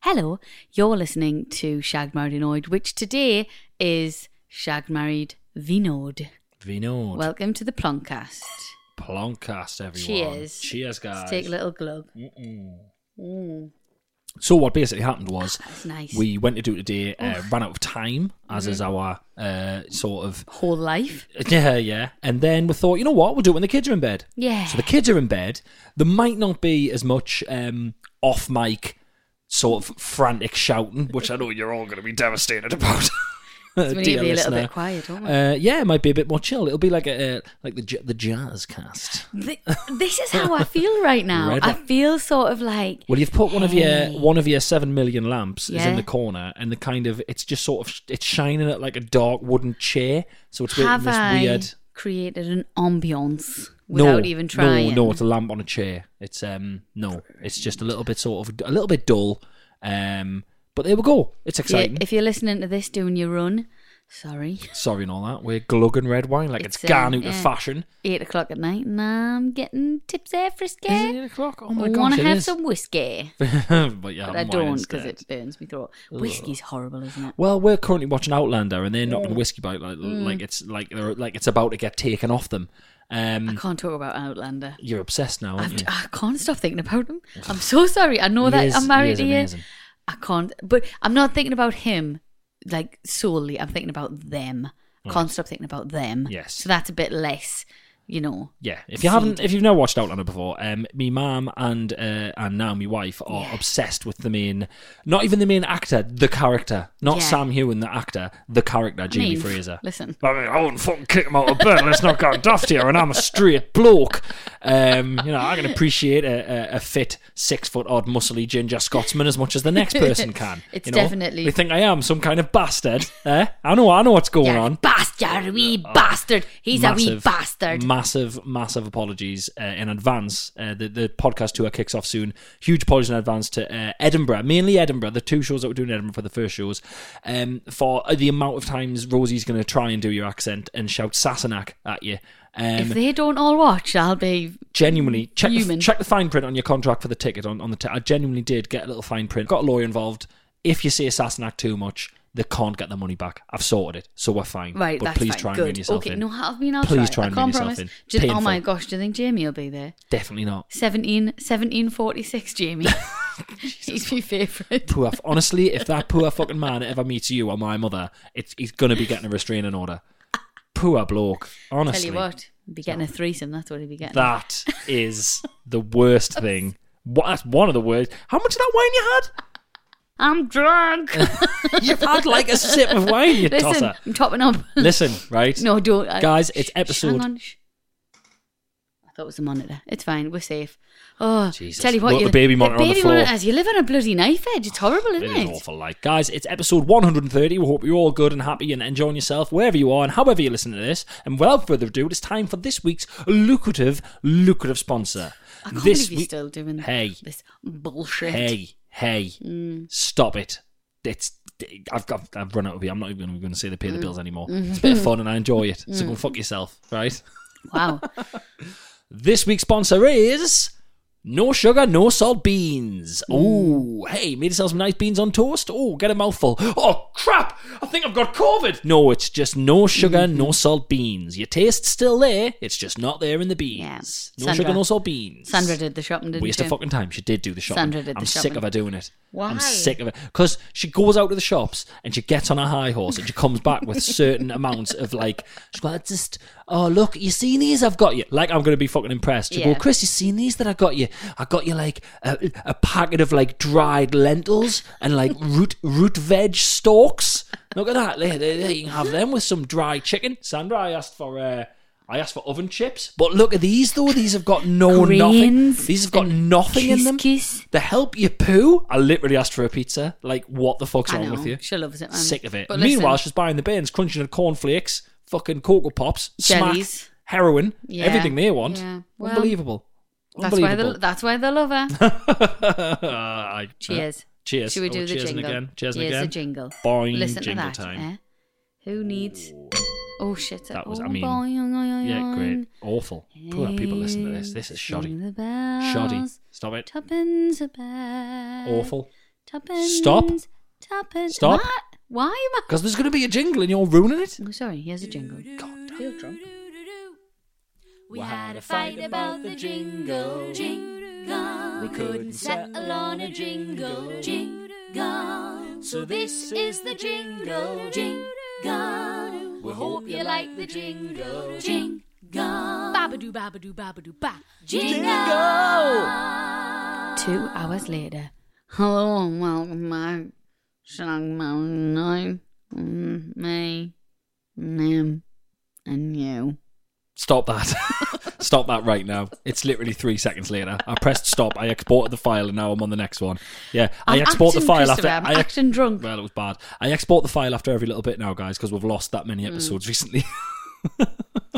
Hello, you're listening to Shag Married Annoyed, which today is Shag Married Vinod. Vinod. Welcome to the Ploncast. Ploncast, everyone. Cheers. Cheers, guys. Let's take a little glug. Mm-mm. Mm, So what basically happened was that's nice. Mm-hmm. we went to do it today, uh, ran out of time, as is our uh, sort of Whole life. yeah, yeah. And then we thought, you know what, we'll do it when the kids are in bed. Yeah. So the kids are in bed. There might not be as much um, off mic sort of frantic shouting, which I know you're all going to be devastated about. we need Uh, to Dear be a little listener. bit quiet, don't we? Uh, yeah, it might be a bit more chill. It'll be like a uh, like the j- the jazz cast. Th- this is how I feel right now. Uh, Red I hot. feel sort of like Well, you've put one of your Hey. one of your seven million lamps is in Oh. Yeah. the corner, and the kind of it's just sort of it's shining at like a dark wooden chair, so it's have in this I weird. created an ambiance No, without even trying? No, no, it's a lamp on a chair. It's um no, it's just a little bit sort of a little bit dull. Um, but there we go. It's If you're- exciting. if you're listening to this doing your run, sorry. Sorry and all that. We're glugging red wine like it's, It's, gone um, out of yeah. fashion. Eight o'clock at night, and I'm getting tipsy, frisky. Is it eight o'clock? Oh my I gosh, want to it have is. some whiskey, but yeah, but I mine don't because instead. it burns my throat. Whiskey's horrible, isn't it? Well, we're currently watching Outlander, and they're knocking whiskey about like, Mm. like it's like they're like it's about to get taken off them. I Um, can't talk about Outlander. you're obsessed now, I've, aren't you? I can't stop thinking about him. I'm so sorry. I know that He is- I'm married he is to you. amazing. I can't, but I'm not thinking about him like solely. I'm thinking about them. I Can't stop thinking about them. Yes. So that's a bit less, you know. Yeah, if you haven't, if you've never watched Outlander before, um, me mum and uh, and now my wife are obsessed with the main, not even the main actor, the character, not Yeah. Sam Hewen, the actor, the character, Jamie mean, Fraser. listen. I mean, I wouldn't fucking kick him out of bed. Let's not go daft here. And I'm a straight bloke. Um, you know, I can appreciate a, a, a fit, six foot odd, muscly ginger Scotsman as much as the next person can. It's you know? definitely- They think I am some kind of bastard. Eh? I know, I know what's going Yeah, on. Oh. Bastard, wee bastard. He's a wee Massive, bastard. Massive, massive apologies uh, in advance. Uh, the, the podcast tour kicks off soon. Huge apologies in advance to uh, Edinburgh, mainly Edinburgh, the two shows that we're doing in Edinburgh for the first shows, um, for the amount of times Rosie's going to try and do your accent and shout Sassenach at you. if Um, they don't all watch, I'll be. genuinely check the, Mm. Human. check the fine print on your contract for the ticket on, on the t- I genuinely did get a little fine print got a lawyer involved if you say Sassenach too much they can't get the money back I've sorted it so we're fine Right, but that's please fine. try and Good. rein yourself okay, in no, I mean, I'll Please try. try and I rein can't yourself promise. in. Do you- oh Painful. my gosh, do you think Jamie will be there? definitely not 17, 1746 Jamie. He's my favourite. poor. f- Honestly, if that poor fucking man ever meets you or my mother, it's he's gonna be getting a restraining order. Poor bloke. Honestly, Tell you what, he'd be getting a threesome. That's what he'd be getting. that is the worst thing. What? That's one of the worst. How much of that wine you I'm drunk. had? You've had like a sip of wine, you Listen, tosser. I'm topping up. Listen, right? no, don't. I- guys, it's Shh, shh, episode. Hang on. shh. I thought it was the monitor. It's fine. We're safe. Oh, Jesus. tell you what, Look, you, the baby monitor on the baby floor. monitors, You live on a bloody knife edge. It's horrible, isn't It it? is awful. Like, guys, it's episode 130. We hope you're all good and happy and enjoying yourself wherever you are and however you listen to this. And without further ado, it's time for this week's lucrative, lucrative sponsor. I can't this believe you're week- still doing Hey. this Mm. bullshit. Hey, hey, stop it. It's I've got I've run out of here. I'm not even going to say they Mm. pay the bills anymore. It's a bit of Mm-hmm. fun and I enjoy it. So go fuck yourself, right? Wow. This week's sponsor is No sugar, no salt beans. Oh, hey, made yourself some nice beans on toast. Oh, get a mouthful. Oh, crap, I think I've got COVID. No, it's just no sugar, Mm-hmm. no salt beans. Your taste's still there, it's just not there in the beans. Yeah. No Sandra- sugar, no salt beans. Sandra did the shopping, didn't Waste she? of fucking time. She did do the shopping. Sandra did the I'm sick shopping. of her doing it. Why? I'm sick of it because she goes out to the shops and she gets on a high horse and she comes back with certain amounts of like, she's like, "I just oh look, you seen these I've got you. Like I'm gonna be fucking impressed. She Yeah. go, Chris, you seen these that I got you? I got you like a, a packet of like dried lentils and like root root veg stalks. Look at that. There, there, there, you can have them with some dry chicken. Sandra, I asked for. Uh, I asked for oven chips, but look at these though. These have got no nothing. Grains These have got and nothing in them. couscous. The help you poo. I literally asked for a pizza. Like, what the fuck's I wrong know. with you? She loves it, man. Sick of it. But Meanwhile, listen- she's buying the bins, crunching at cornflakes, fucking cocoa pops, Jellies. smack, heroin, Yeah. everything they want. Yeah. Well, Unbelievable. That's why, they, Unbelievable. that's why they love her. I- uh, Cheers. Cheers. Should we do Oh, the cheers and jingle? again. Cheers and Here's again. the jingle. Boing, Listen jingle to that. time. eh? Who needs? Oh shit! That was- oh, I mean, boing, oing, Yeah, oing, great. oing. Awful. Poor people listen to this. This is Ring shoddy. the bells, Shoddy. Stop it. Tuppence a bag. Awful. Tuppence. Stop. Tuppence. Stop. What? Why am I? Because there's going to be a jingle and you're ruining it. Oh, sorry. Here's a jingle. God, I feel drunk. We had a fight about the jingle. Jingle. We couldn't settle on a jingle. Jingle. So this is the jingle. Jingle. We hope you like the jingle. Jingle. Babadoo, babadoo, babadoo, ba. Two hours later. Hello and welcome back. Shag Mountain Nine. Mm, Me, Nim, and you. Stop that. stop that right now. It's literally three seconds later. I pressed stop. I exported the file and now I'm on the next one. Yeah. I I'm export the acting, file after. Christopher, I'm I ex- acting drunk. Well, it was bad. I export the file after every little bit now, guys, because we've lost that Hmm. many episodes recently.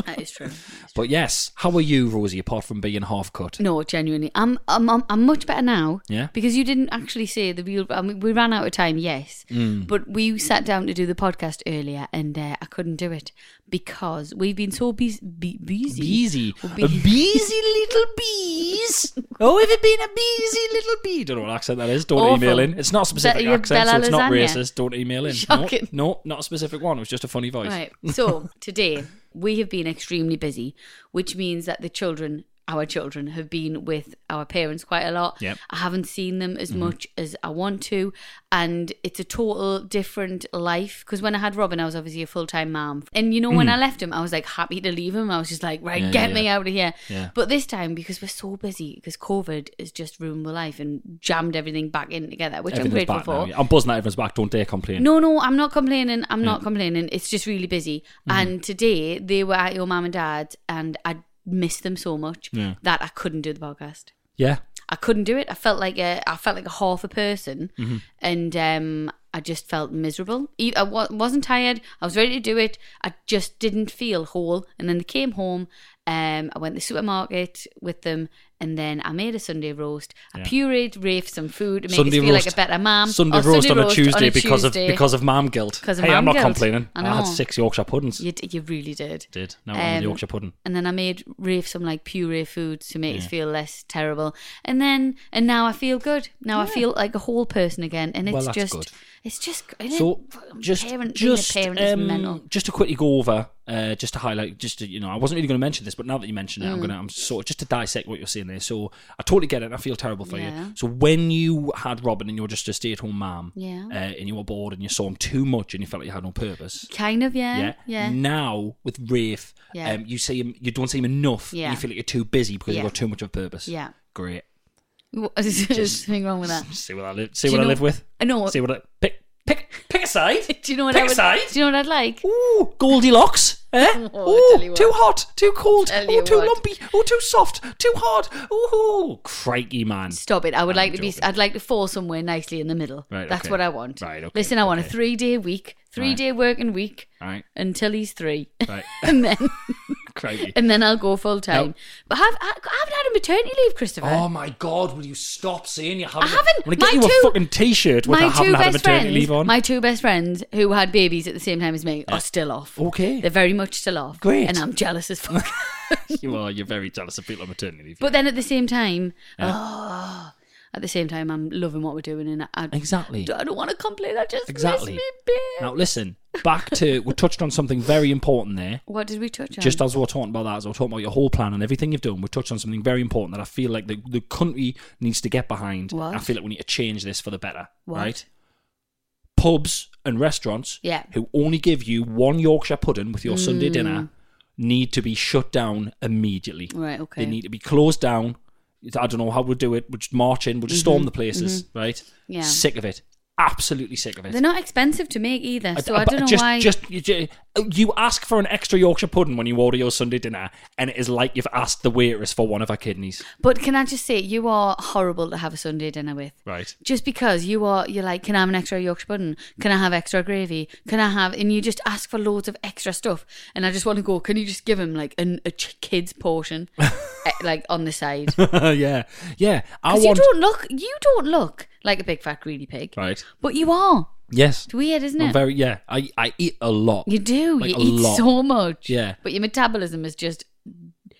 That is true. but yes, how are you, Rosie, apart from being half cut? No, genuinely, I'm I'm I'm, I'm much better now. Yeah. Because you didn't actually say the real. I mean, we ran out of time, yes, Mm. but we sat down to do the podcast earlier, and uh, I couldn't do it because we've been so busy. Be- busy. Beezy. We've A been- beezy little bees. Oh, have you been a beezy little bee? Don't know what accent that is. Don't Awful. email in. It's not a specific Be- your accent, so Bella it's not lasagna. racist. Don't email in. No, Shocking. no, not a specific one. It was just a funny voice. Right. So today we have been extremely busy, which means that the children, our children, have been with our parents quite a lot. Yep. Mm-hmm. I haven't seen them as much as I want to, and it's a total different life. Because when I had Robin, I was obviously a full time mom, and you know when I left him, I was like happy to leave him. I was just like, right, Mm. Yeah, get yeah, me yeah. out of here. Yeah. But this time, because we're so busy, because COVID has just ruined my life and jammed everything back in together, which I'm Everything's grateful back for. now. Yeah, I'm buzzing that everyone's back. Don't dare complain. No, no, I'm not complaining. I'm not complaining. It's just really busy. Mm-hmm. And today they were at your mum and dad, and I missed them so much Yeah. that I couldn't do the podcast. Yeah. I couldn't do it. I felt like a, I felt like a half a person, Mm-hmm. and um, I just felt miserable. E- I wa- wasn't tired. I was ready to do it. I just didn't feel whole. And then they came home. Um, I went to the supermarket with them, and then I made a Sunday roast. I Yeah. pureed Rafe some food to make Sunday us feel like roast. a better mom. Sunday Or roast on a Tuesday on a because of Tuesday. because of mom guilt. 'Cause of hey, mam I'm not guilt. complaining. I I, know. had six Yorkshire puddings. You, d- you really did. did. Now I'm on Um, the Yorkshire pudding. And then I made Rafe some like puree food to make us feel less terrible. And then and now I feel good. Now I feel like a whole person again. And it's Well, that's just good. it's just So just parent, just being a parent is um, mental. just to quickly go over, uh, just to highlight, just to, you know, I wasn't really going to mention this, but now that you mentioned Mm. it, I'm gonna I'm sort of just to dissect what you're saying there. So I totally get it. and I feel terrible for Yeah. you. So when you had Robin and you were just a stay at home mom, Yeah. uh, and you were bored and you saw him too much and you felt like you had no purpose. Kind of, yeah. Yeah. Mm. Now with Rafe, Yeah. um, you see him, you don't see him enough. and Yeah. you feel like you're too busy because Yeah. you've got too much of a purpose. Yeah. Great. What- Is there something wrong with that? See what I live. See Do you what I know- live with. I know. See what I pick. Pick. Pick a side. Do you know what pick I a would side. Do you know what I'd like? Ooh, Goldilocks. Eh? Oh, I tell you Ooh, what. too hot, too cold, Tell you oh, too what. lumpy, oh, too soft, too hard. Ooh, crikey, man. Stop it. I would I'm like to be joking. I'd like to fall somewhere nicely in the middle. Right, That's okay. what I want. Right, okay, Listen, I want a okay. three day week, three Right. day working week Right, until he's three. right. and then Crikey. and uh, then I'll go full time. Now- But I've, I haven't had a maternity leave, Christopher. Oh my god, will you stop saying you haven't? I haven't. I'm gonna get My you two- a fucking t shirt with I haven't had a maternity friends, leave on. my two best friends who had babies at the same time as me are still off. okay. They're very much still off. Great. And I'm jealous as fuck. you are, you're very jealous of people on maternity leave. but then at the same time, oh, at the same time, I'm loving what we're doing, and I, I, exactly. I don't want to complain. I just Exactly. miss me, babe. Now listen, back to we touched on something very important there. what did we touch on? Just as we we're talking about that, as we we're talking about your whole plan and everything you've done, we touched on something very important that I feel like the, the country needs to get behind. What? I feel like we need to change this for the better. What? Right? Pubs and restaurants Yeah. Mm. who only give you one Yorkshire pudding with your Sunday dinner need to be shut down immediately. Right, okay. They need to be closed down. I don't know how we'll do it. We'll just march in, we'll just storm the places, right? Mm-hmm. Yeah. Sick of it. Absolutely sick of it. They're not expensive to make either, so I, but don't know just, why. Just you, ju- you ask for an extra Yorkshire pudding when you order your Sunday dinner, and it is like you've asked the waitress for one of her kidneys. but can I just say, you are horrible to have a Sunday dinner with. Right. Just because you are, you're like, can I have an extra Yorkshire pudding? Can I have extra gravy? Can I have? And you just ask for loads of extra stuff. And I just want to go. Can you just give him like an, a ch- kid's portion, eh, like on the side? yeah. Yeah. I Because want. you don't look, you don't look like a big fat greedy pig, Right. but you are. Yes. It's weird, isn't I'm it? very. Yeah. I, I eat a lot. you do. Like you a eat lot. so much. Yeah. But your metabolism is just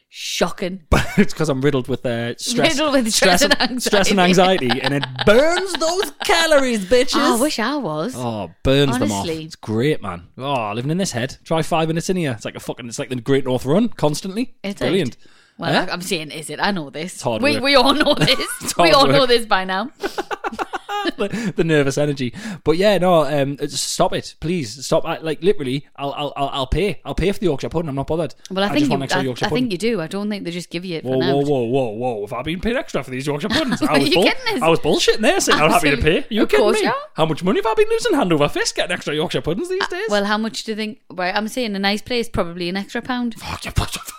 shocking. But it's because I'm riddled with uh, stress, Riddled with stress and stress and anxiety. anxiety, and it burns those calories, bitches. Oh, I wish I was. Oh, burns them off. Honestly. It's great, man. Oh, living in this head. Try five minutes in here. It's like a fucking. It's like the Great North Run constantly. Is it? brilliant. Well, Yeah? I- I'm saying, is it? I know this. It's hard we, work. we all know this. hard we all know work. this by now. the, the nervous energy. But yeah, no, um, just stop it, please stop. I, like literally, I'll, I'll I'll I'll pay. I'll pay for the Yorkshire pudding. I'm not bothered. Well, I, just think you, want an extra I, Yorkshire I pudding. think you do. I don't think they just give you it for Whoa, now. whoa, whoa, whoa, whoa! Have I been paid extra for these Yorkshire puddings? I Are was you bull- kidding us? I was bullshitting there, saying I'm happy to pay. Absolutely. You Of kidding course me? you are. Uh, How much money have I been losing hand over fist getting extra Yorkshire puddings these days? Well, how much do you think? Right, I'm saying a nice place, probably an extra pound. fuck you, fuck you, fuck.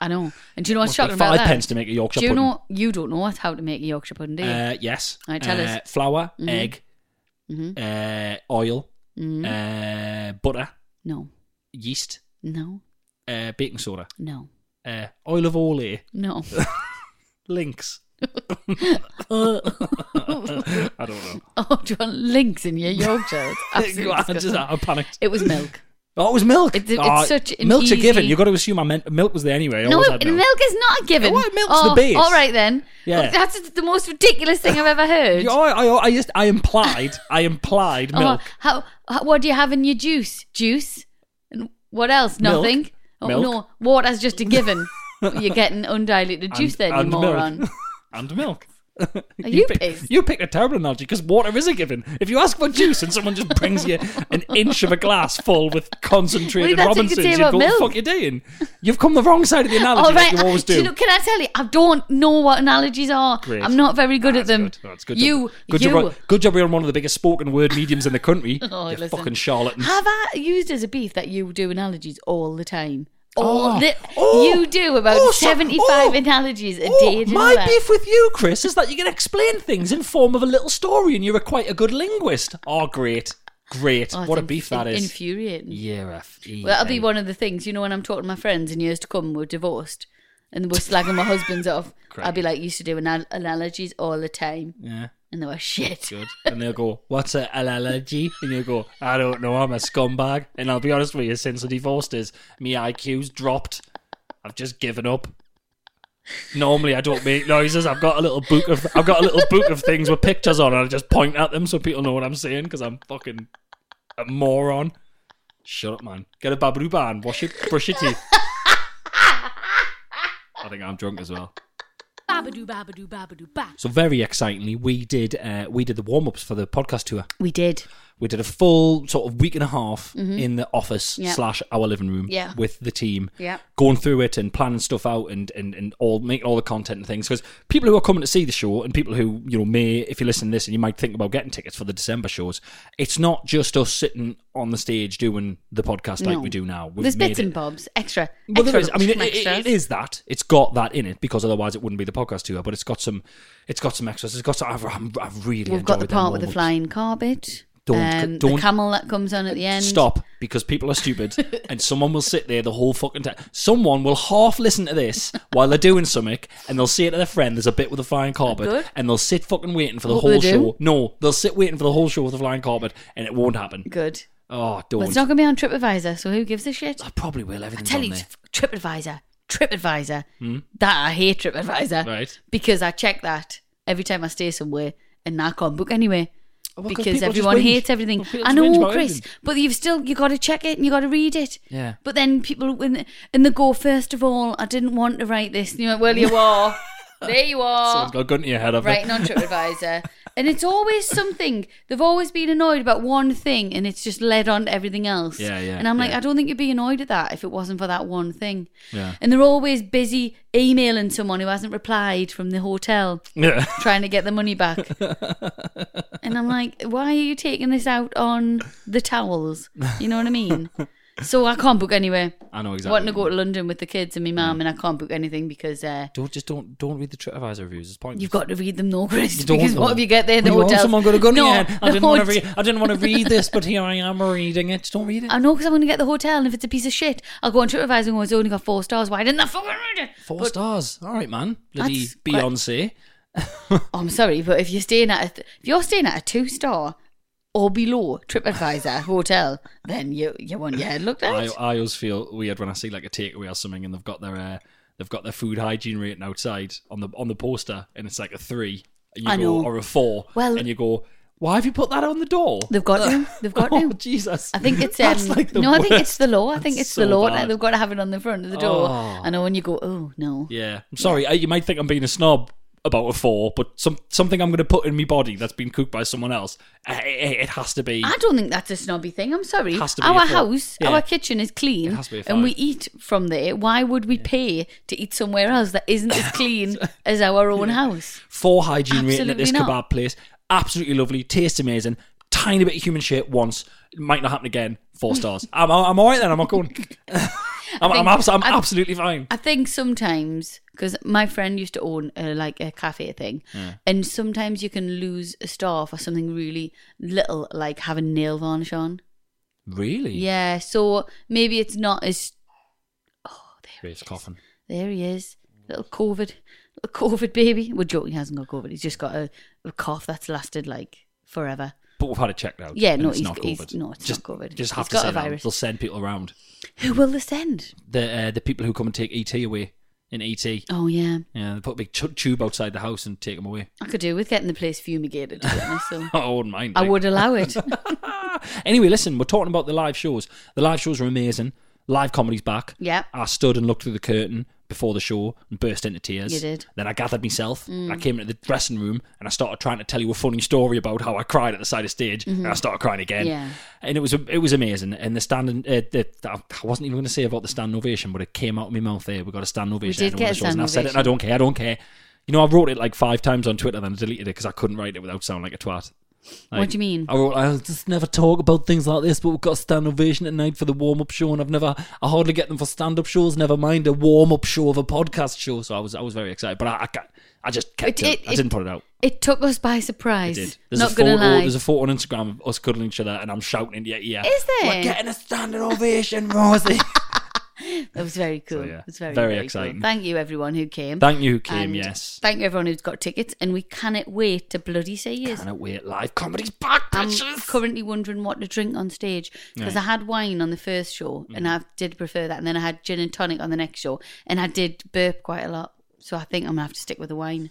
I know. And do you know what's Must be shocking about five that? pence to make a Yorkshire do you pudding. Know, you don't know how to make a Yorkshire pudding, do you? Uh, yes. All right, tell uh, us. Mm-hmm. Flour, egg, uh, oil, uh, butter, no, yeast, no, uh, baking soda, no, uh, oil of olay, no. links. I don't know. oh, do you want links in your Yorkshire? It's absolutely I just, disgusting. I panicked. It was milk. Oh, it was milk. It- it's Oh, such an milk's a given. easy- You've got to assume I meant milk was there anyway. I No, always milk had milk. is not a given. Well, milk's oh, the base. All right then. Oh, Yeah. That's the most ridiculous thing I've ever heard. Yeah, Oh, I, I, I just I implied I implied Oh, milk. how, how? What do you have in your juice? Juice. And what else? Milk. Nothing. Oh Milk. no, water's just a given. You're getting undiluted juice then, And- you and milk. moron. and milk. Are you pick- pissed? you picked a terrible analogy because water is a given. If you ask for juice and someone just brings you an inch of a glass full with concentrated Well, that's what you could Robinsons, say you'd about go, what the milk." fuck you doing? You've come the wrong side of the analogy All right, like you always do. you know, can I tell you? I don't know what analogies are. Great. I'm not very good at That's them. Good. That's good. You, job. good you. job. Good job. You're on one of the biggest spoken word mediums in the country. Oh, you listen. fucking charlatan. Have I used as a beef that you do analogies all the time? All Oh. the, Oh. you do about Oh, so- 75 oh. analogies a Oh, day. Did you know my that? beef with you, Chris, is that you can explain things in form of a little story, and you're a quite a good linguist. Oh, great, great! Oh, what a it's beef inf- that is. Infuriating. Yeah, F- E- Well, that'll be A. one of the things. You know, when I'm talking to my friends in years to come, we're divorced and we're slagging my husbands off. I'll be like, used to do anal- analogies all the time. Yeah, And they were shit. good. And they'll go, "What's a allergy?" And you'll go, "I don't know. I'm a scumbag." And I'll be honest with you, since the divorced is, my IQ's dropped. I've just given up. Normally, I don't make noises. I've got a little book of I've got a little book of things with pictures on, and I just point at them so people know what I'm saying because I'm fucking a moron. Shut up, man. Get a babadoo ban. Wash it. Brush your teeth. I think I'm drunk as well. Babadoo babadoo babadoo ba. So very excitingly, we did uh, we did the warm ups for the podcast tour. We did. We did a full sort of week and a half in the office Mm-hmm. Yeah. slash our living room Yeah. with the team, Yeah. going through it and planning stuff out and and, and all making all the content and things. Because people who are coming to see the show and people who you know may, if you listen to this and you might think about getting tickets for the December shows, it's not just us sitting on the stage doing the podcast like No. we do now. We've There's made bits it- and bobs. Extra. well, there extra is. I mean, it, some it- extras. it is that. It's got that in it because otherwise it wouldn't be the podcast tour. But it's got some, it's got some extras. It's got some. I've, I've I've really We've got the enjoyed them part with the warm-ups. flying carpet. Don't Um, don't the camel that comes on at the end. stop because people are stupid and someone will sit there the whole fucking time. Someone will half listen to this while they're doing something and they'll say it to their friend. There's a bit with the flying carpet Good. and they'll sit fucking waiting for the What will whole they do? show. No, they'll sit waiting for the whole show with the flying carpet and it won't happen. Good. Oh, Well, don't. it's not going to be on TripAdvisor, so who gives a shit? I probably will. I Everything's tell on you, there. f- TripAdvisor, TripAdvisor. That I hate TripAdvisor. Hmm? Right. Because I check that every time I stay somewhere and I can't book anywhere. Well, 'cause people because just everyone whinge. hates everything. People I just whinge know, about Chris, everything. but you've still you got to check it and you got to read it. Yeah. But then people when and they go first of all, I didn't want to write this. And you're like, well, you are. there you are. Someone's got a gun to your head, have Oh. Right, on TripAdvisor. and it's always something. They've always been annoyed about one thing and it's just led on to everything else. Yeah, yeah, And I'm like, yeah. I don't think you'd be annoyed at that if it wasn't for that one thing. Yeah. And they're always busy emailing someone who hasn't replied from the hotel Yeah. trying to get the money back. and I'm like, why are you taking this out on the towels? You know what I mean? So I can't book anywhere. I know exactly. Wanting to go to London with the kids and my mum, and I can't book anything because uh, Don't just don't don't read the TripAdvisor reviews. It's pointless. You've got to read them, though, Chris. You don't because know. what if you get there, the What do you want? hotel. Someone got a gun to no, your head. I the didn't want to hotel- read. I didn't want to read this, but here I am reading it. Don't read it. I know because I'm going to get the hotel, and if it's a piece of shit, I'll go on TripAdvisor and go, "Oh, it's only got four stars. Why didn't I fucking read it? Four stars. All right, man. That's Bloody quite- Beyonce. Oh, I'm sorry, but if you're staying at a th- if you're staying at a two star or below TripAdvisor hotel, then you you want your head looked at. I, I always feel weird when I see like a takeaway or something, and they've got their uh, they've got their food hygiene rating outside on the on the poster, and it's like a three, and you I go know. or a four, Well- and you go, why have you put that on the door? They've got to. They've got oh to. Jesus! I think it's um, That's like the no. I think it's worst. the law. I think That's it's the so law. bad. Like, they've got to have it on the front of the door. Oh. I know when you go, oh no. Yeah, I'm sorry. I, you might think I'm being a snob about a four, but some something I'm going to put in my body that's been cooked by someone else. eh, eh, eh, it has to be. I don't think that's a snobby thing. I'm sorry. Has to be our a four. house, Yeah. our kitchen is clean, It has to be a and we five. eat from there. Why would we pay to eat somewhere else that isn't as clean as our own house? four hygiene rating at Absolutely this not. kebab place. Absolutely lovely, tastes amazing. Tiny bit of human shit once, might not happen again. Four stars. I'm, I'm all right then. I'm not going. I'm, I'm, abs- I'm I- absolutely fine. I think sometimes because my friend used to own a, like a cafe thing, and sometimes you can lose a star for something really little, like having nail varnish on. Really? Yeah, so maybe it's not as Graves coughing. There he is, little COVID, little COVID baby. We're joking; he hasn't got COVID. He's just got a, a cough that's lasted like forever. But we've had it checked out. Yeah, and no, it's he's- not he's- COVID. no, it's not just, COVID. Just He's have to got say a that. virus. They'll send people around. Who will they send? The uh, the people who come and take ET away in E ET. Oh yeah, Yeah, they put a big tu- tube outside the house and take them away. I could do with getting the place fumigated. To be honest, so I wouldn't mind. I like- would allow it. Anyway, listen, we're talking about the live shows. The live shows are amazing. Live comedy's back. Yeah. I stood and looked through the curtain before the show and burst into tears. You did. Mm. Then I gathered myself. And I came into the dressing room and I started trying to tell you a funny story about how I cried at the side of stage and I started crying again. Mm-hmm. Yeah. And it was it was amazing. And the standing, uh, the, I wasn't even going to say about the stand ovation, but it came out of my mouth there. We got a stand ovation. did at one get of a the shows, stand and I've said it. And I ovation. don't care. I don't care. You know, I wrote it like five times on Twitter, then I deleted it because I couldn't write it without sounding like a twat. What do you mean? I wrote, I'll just never talk about things like this, but we've got a stand ovation at night for the warm up show, and I've never, I hardly get them for stand up shows, never mind a warm up show of a podcast show. So I was, I was very excited, but I, I, ca- I just kept it, It- it- I didn't put it out. It took us by I surprise. did. There's Not a photo, gonna lie. there's a photo on Instagram of us cuddling each other, and I'm shouting into your ear. Is there? We're getting a standing ovation, Rosie. It was very cool. yeah, It was very, very very cool. exciting. Thank you everyone who came. Thank you, who came. And yes. Thank you everyone who's got tickets, and we cannot wait to bloody see you. Cannot wait. Live comedy's back, I'm bitches. currently wondering what to drink on stage because I had wine on the first show Mm. and I did prefer that, and then I had gin and tonic on the next show, and I did burp quite a lot. So I think I'm gonna have to stick with the wine.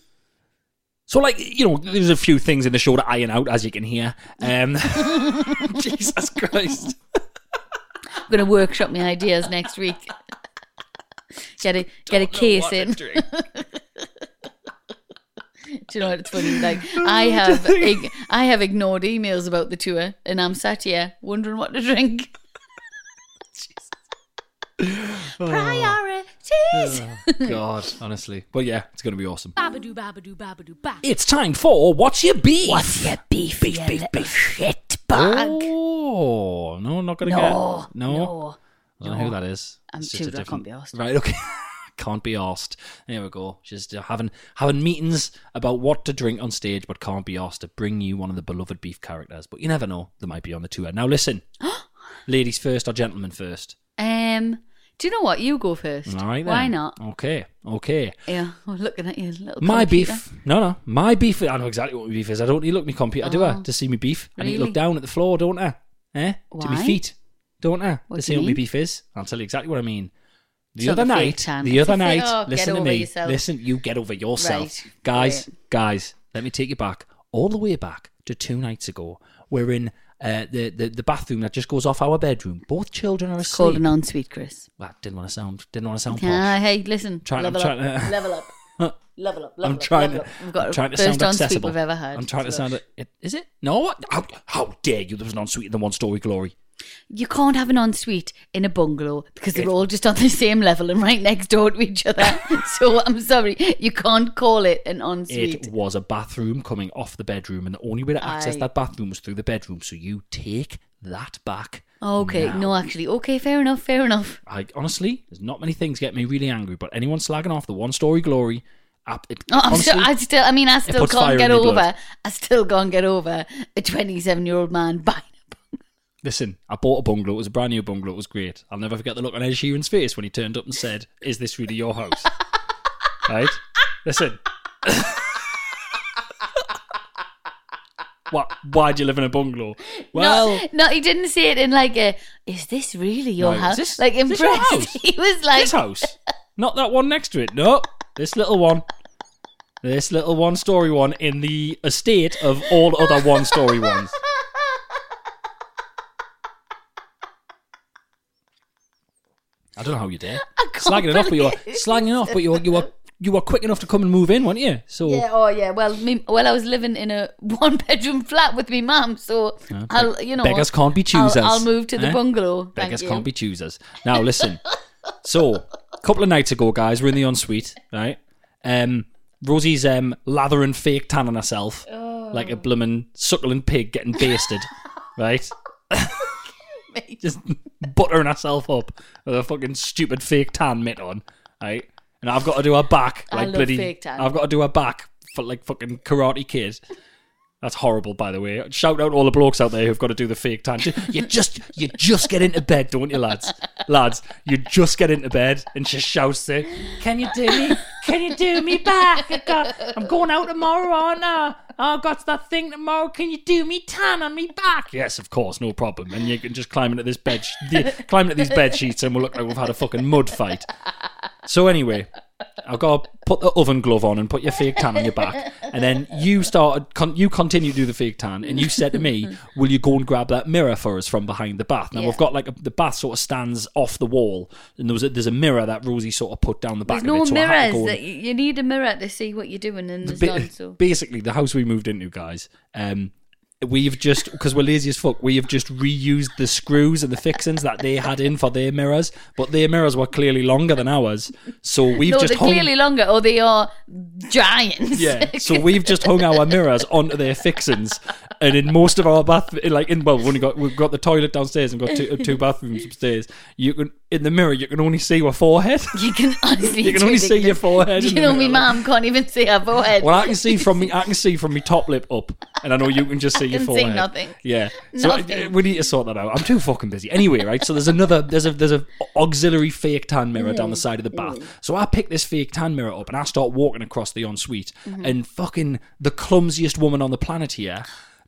So, like, you know, there's a few things in the show to iron out, as you can hear. Um, Jesus Christ. I'm gonna workshop my ideas next week. get a get a case in. Do you know what it's funny? Like I have ig- I have ignored emails about the tour, and I'm sat here wondering what to drink. Oh. Priorities. God, honestly. But yeah, it's going to be awesome. Babadoo babadoo babadoo ba. It's time for What's Your Beef? What's Your Beef, beef, beef, shit bag. Oh, no, not going to No, get No. no. I don't know who that is. I'm It's just too a good, I can't different- be arsed. Right, okay. can't be asked. There we go. She's still having having meetings about what to drink on stage, but can't be asked to bring you one of the beloved beef characters. But you never know; they might be on the tour. Now listen, ladies first or gentlemen first? Um, do you know what? You go first. All right, then. Why not? Okay, okay. Yeah, I'm looking at you. Little My computer. beef. No, no. My beef. I know exactly what my beef is. I don't need to look at my computer, do I? Oh. To see my beef. I need to Really? look down at the floor, don't I? Eh? To my Why? feet, don't I? What to do see you what my mean? beef is. I'll tell you exactly what I mean. The So other the fake night, tan. the other It's a fake- night, oh, get listen to over me. yourself. Listen, you get over yourself. Right. Guys, guys, let me take you back, all the way back to two nights ago. We're in uh, the, the, the bathroom that just goes off our bedroom. Both children are It's called asleep. an ensuite, Chris. Well, didn't want to sound, didn't want to sound posh. Ah, hey, listen. Trying- I'm level, up, trying to- level up. Level up. Level I'm up, trying level to, up. We've got I'm the trying to first sound ensuite accessible. we've ever had. I'm trying to So- sound. It, is it? No. How, how dare you? There was an ensuite in the one story glory. You can't have an ensuite in a bungalow because they're all just on the same level and right next door to each other. so I'm sorry, you can't call it an ensuite. It was a bathroom coming off the bedroom, and the only way to access Aye. that bathroom was through the bedroom. So you take that back. okay, now. no, actually, okay, fair enough, fair enough. I honestly, there's not many things get me really angry, but anyone slagging off the one story glory app, it, Oh, I'm honestly, still, I still, I mean, I still puts fire can't in get your blood. over. I still can't get over a 27 year old man buying a Listen, I bought a bungalow. It was a brand new bungalow. It was great. I'll never forget the look on Ed Sheeran's face when he turned up and said, "Is this really your house?" right? Listen. what? Why do you live in a bungalow? Well, no, no, he didn't say it in like a. Is this really your No, is house? this- like is this your impressed. house? He was like, this house, not that one next to it. No, this little one. This little one-story one in the estate of all other one-story ones. I don't know how you dare. can't Slagging it off, but you were believe slagging it off, but you were you were you were quick enough to come and move in, weren't you? So Yeah, oh yeah. Well, me, well, I was living in a one bedroom flat with me mum, so Yeah, I'll, beg- you know, beggars can't be choosers. I'll, I'll move to the eh? bungalow. Thank Beggars you. can't be choosers. Now listen. so a couple of nights ago, guys, we're in the ensuite, right? Um, Rosie's um lathering fake tan on herself, Oh. like a bloomin' suckling pig getting basted, right? Just buttering herself up with a fucking stupid fake tan mitt on, right? And I've got to do her back I like love bloody. fake tan. I've got to do her back for like fucking Karate Kid. That's horrible, by the way. Shout out all the blokes out there who've got to do the fake tan. Ju- You just, you just get into bed, don't you, lads? Lads, you just get into bed, and she shouts it. Can you do me? Can you do me back? I got, I'm going out tomorrow, aren't I? Oh, I've got that thing tomorrow. Can you do me tan on me back? Yes, of course, no problem. And you can just climb into this bed, sh- the- climb into these bed sheets, and we'll look like we've had a fucking mud fight. So anyway, I've got to put the oven glove on and put your fake tan on your back, and then you started. Con- you continue to do the fake tan, and you said to me, "Will you go and grab that mirror for us from behind the bath?" Now we've got like a, the bath sort of stands off the wall, and there was a, there's a mirror that Rosie sort of put down the back There's no of it. So I had to mirrors. go and- that you, you need a mirror to see what you're doing, and there's Ba- none. So basically the house we moved into guys um we've just because we're lazy as fuck we have just reused the screws and the fixings that they had in for their mirrors but their mirrors were clearly longer than ours so we've no, just they're hung clearly longer, or they are giants. yeah so we've just hung our mirrors onto their fixings and in most of our bath like in well we've only got we've got the toilet downstairs and got two, two bathrooms upstairs you can in the mirror you can only see your forehead you can honestly. You can it's only see your ridiculous. forehead Do in You the know, my mirror. mum can't even see her forehead. Well, I can see from me. I can see from me top lip up, and I know you can just see I your can see forehead. nothing. Yeah. So I- Nothing. we need to sort that out. I'm too fucking busy. Anyway, right. So there's another. There's a there's a auxiliary fake tan mirror Mm. down the side of the bath. So I pick this fake tan mirror up and I start walking across the ensuite, Mm-hmm. and fucking the clumsiest woman on the planet here.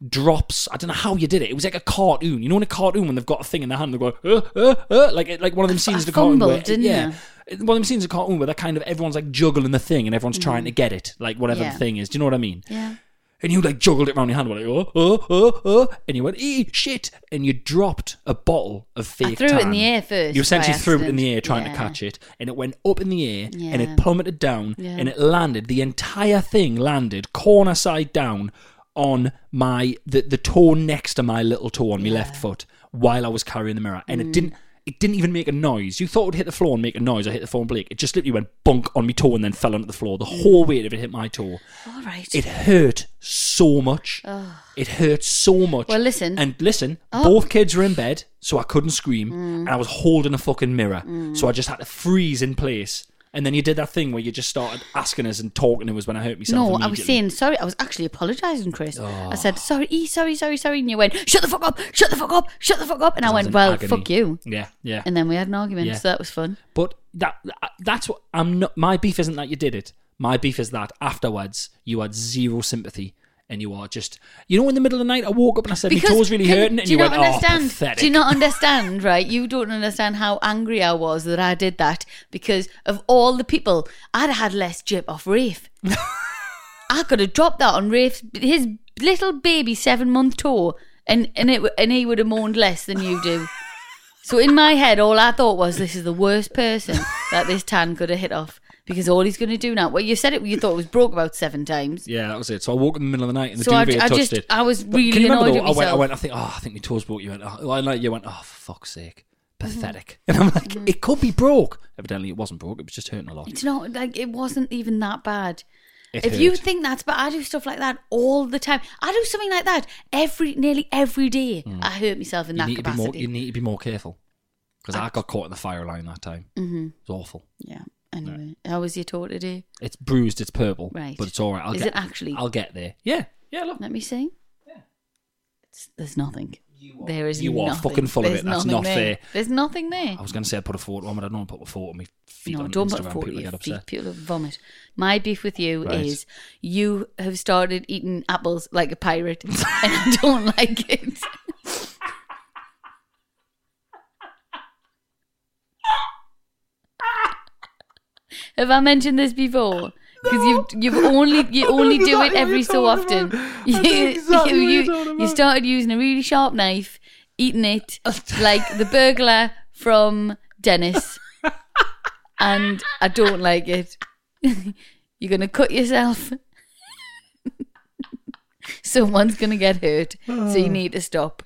Drops. I don't know how you did it. It was like a cartoon. You know, in a cartoon when they've got a thing in their hand, they go uh, uh, uh, like it- like one of them scenes. in the cartoon fumbled, where, didn't yeah, you? one of them scenes in a cartoon where they're kind of everyone's like juggling the thing and everyone's trying to get it, like whatever Yeah. the thing is. Do you know what I mean? yeah. And you like juggled it around your hand, like oh oh oh oh, and you went ee shit, and you dropped a bottle of fake. threw it in tan. the air first You essentially by threw it in accident. the air trying to Yeah. catch it, and it went up in the air, and Yeah. it plummeted down, Yeah. and it landed. The entire thing landed corner side down on my the the toe next to my little toe on my left foot while I was carrying the mirror, and it Mm. didn't. It didn't even make a noise. You thought it would hit the floor and make a noise. I hit the floor and bleak. It just literally went bonk on my toe and then fell onto the floor. The whole weight of it hit my toe. All right. It hurt so much. It hurt so much. Well, listen. Oh. And listen, both kids were in Mm. bed, so I couldn't scream. And I was holding a fucking mirror, so I just had to freeze in place and then you did that thing where you just started asking us and talking to us when I hurt myself. No, I was immediately. Ah. saying sorry. I was actually apologising, Chris. I said sorry, E, sorry, sorry, sorry, and you went shut the fuck up, shut the fuck up, shut the fuck up, and I in went well, agony. fuck you. Yeah, yeah. And then we had an argument, Yeah. so that was fun. But that that's what I'm not. My beef isn't that you did it. My beef is that afterwards you had zero sympathy and you are just you know in the middle of the night I woke up and I said my toes really can- hurting and do you, went not understand? oh pathetic. do you not understand? Right, you don't understand how angry I was that I did that because of all the people I'd have had less jip off Rafe. I could have dropped that on Rafe's his little baby seven month tour, and and it w- and he would have mourned less than you do. So in my head, all I thought was, this is the worst person that this tan could have hit off because all he's going to do now. Well, you said it. You thought it was broke about seven times. yeah, that was it. So I woke up in the middle of the night and the So I- duvet I touched just- it. I was really can you remember annoyed though? at I went, I myself. went. I think. Oh, I think my toes broke. You went. Oh, I like you went. Oh, for fuck's sake, Mm-hmm. pathetic. And I'm like, it could be broke. Evidently, it wasn't broke. It was just hurting a lot. It's not like it wasn't even that bad. It if you hurt. think that's bad, I do stuff like that all the time. I do something like that every, nearly every day. I hurt myself in Mm. you that need capacity. to be more. You need to be more careful because I, got caught in the fire line that time. Mm-hmm. It was awful. yeah. Anyway, how was your tour today? It's bruised. It's purple. Right. But it's all right. I'll Is get, it actually- I'll get there. Yeah. Yeah. Look. Let me see. It's, there's nothing. there is you are nothing. fucking full of There's it. That's nothing not there. fair. There's nothing there. I was going to say I put a photo on, but I don't want to put a photo on my feet no, on don't Instagram. put forty People your get feet. upset. People vomit. My beef with you Right. is you have started eating apples like a pirate, and I don't like it. have I mentioned this before? Because you you only you only do it exactly what every you're so talking often. about. I know exactly what you, you're talking you about. started using a really sharp knife, eating it like the burglar from Dennis and I don't like it. You're gonna cut yourself. Someone's gonna get hurt, so Oh. you need to stop.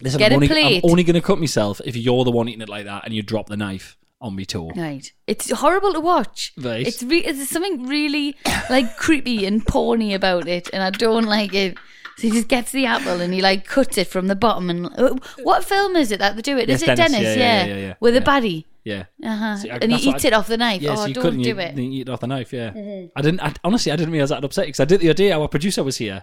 Listen, Get I'm a only, plate. I'm only going to cut myself if you're the one eating it like that and you drop the knife on me toe. Right, it's horrible to watch. Right. It's re- there's something really like creepy and porny about it, and I don't like it. So he just gets the apple and he like cuts it from the bottom. And uh, what film is it that they do it? Is Yes, it Dennis. Dennis? Yeah, yeah, yeah, yeah, with yeah. a baddie. Yeah. Uh-huh. See, I- and that's he what eats I- it off the knife. Yeah, oh, so you don't couldn't do you, it. Mm-hmm. didn't eat it off the knife, yeah. I didn't I, honestly I didn't realise that upset because I did it the other day our producer was here.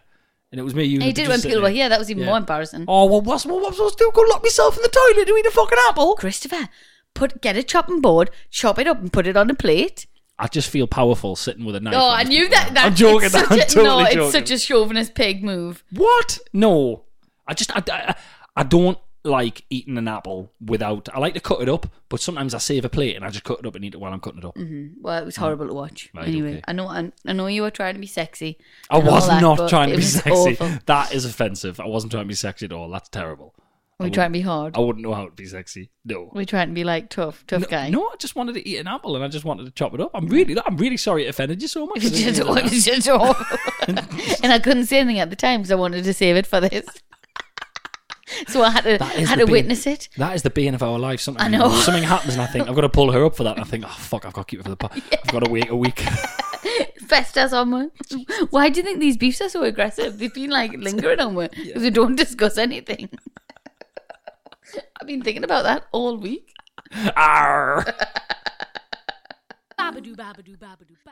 And it was me you. and He the did it when producer people were sitting here. That was even Yeah. more embarrassing. Oh well what's what, what, what's do go lock myself in the toilet to eat a fucking apple. Christopher, put get a chopping board, chop it up, and put it on a plate. I just feel powerful sitting with a knife. Oh, on I me. knew that. that I'm joking. it's such I'm a, totally no, joking. it's such a chauvinist pig move. What? No. I just I, I, I don't like eating an apple without. I like to cut it up, but sometimes I save a plate and I just cut it up and eat it while I'm cutting it up. Well, it was horrible to watch. Right, anyway, okay. I know, I, I know you were trying to be sexy. I and all was that, not but trying to it be was sexy. Awful. That is offensive. I wasn't trying to be sexy at all. That's terrible. We trying to be hard. Oh. I wouldn't know how to be sexy. No. We trying to be like tough, tough No, guy. no, I just wanted to eat an apple and I just wanted to chop it up. I'm really, I'm really sorry it offended you so much. It was just- it was just awful. and I couldn't say anything at the time because I wanted to save it for this. so I had to That is had the to bane- witness it. That is the bane of our life. Something, I know. Something happens and I think I've got to pull her up for that. And I think, oh fuck, I've got to keep it for the. Po- I've got to wait a week. Fest us on Why do you think these beefs are so aggressive? They've been like lingering on one because we don't discuss anything. I've been thinking about that all week. Arr. Babadoo, babadoo, babadoo, ba.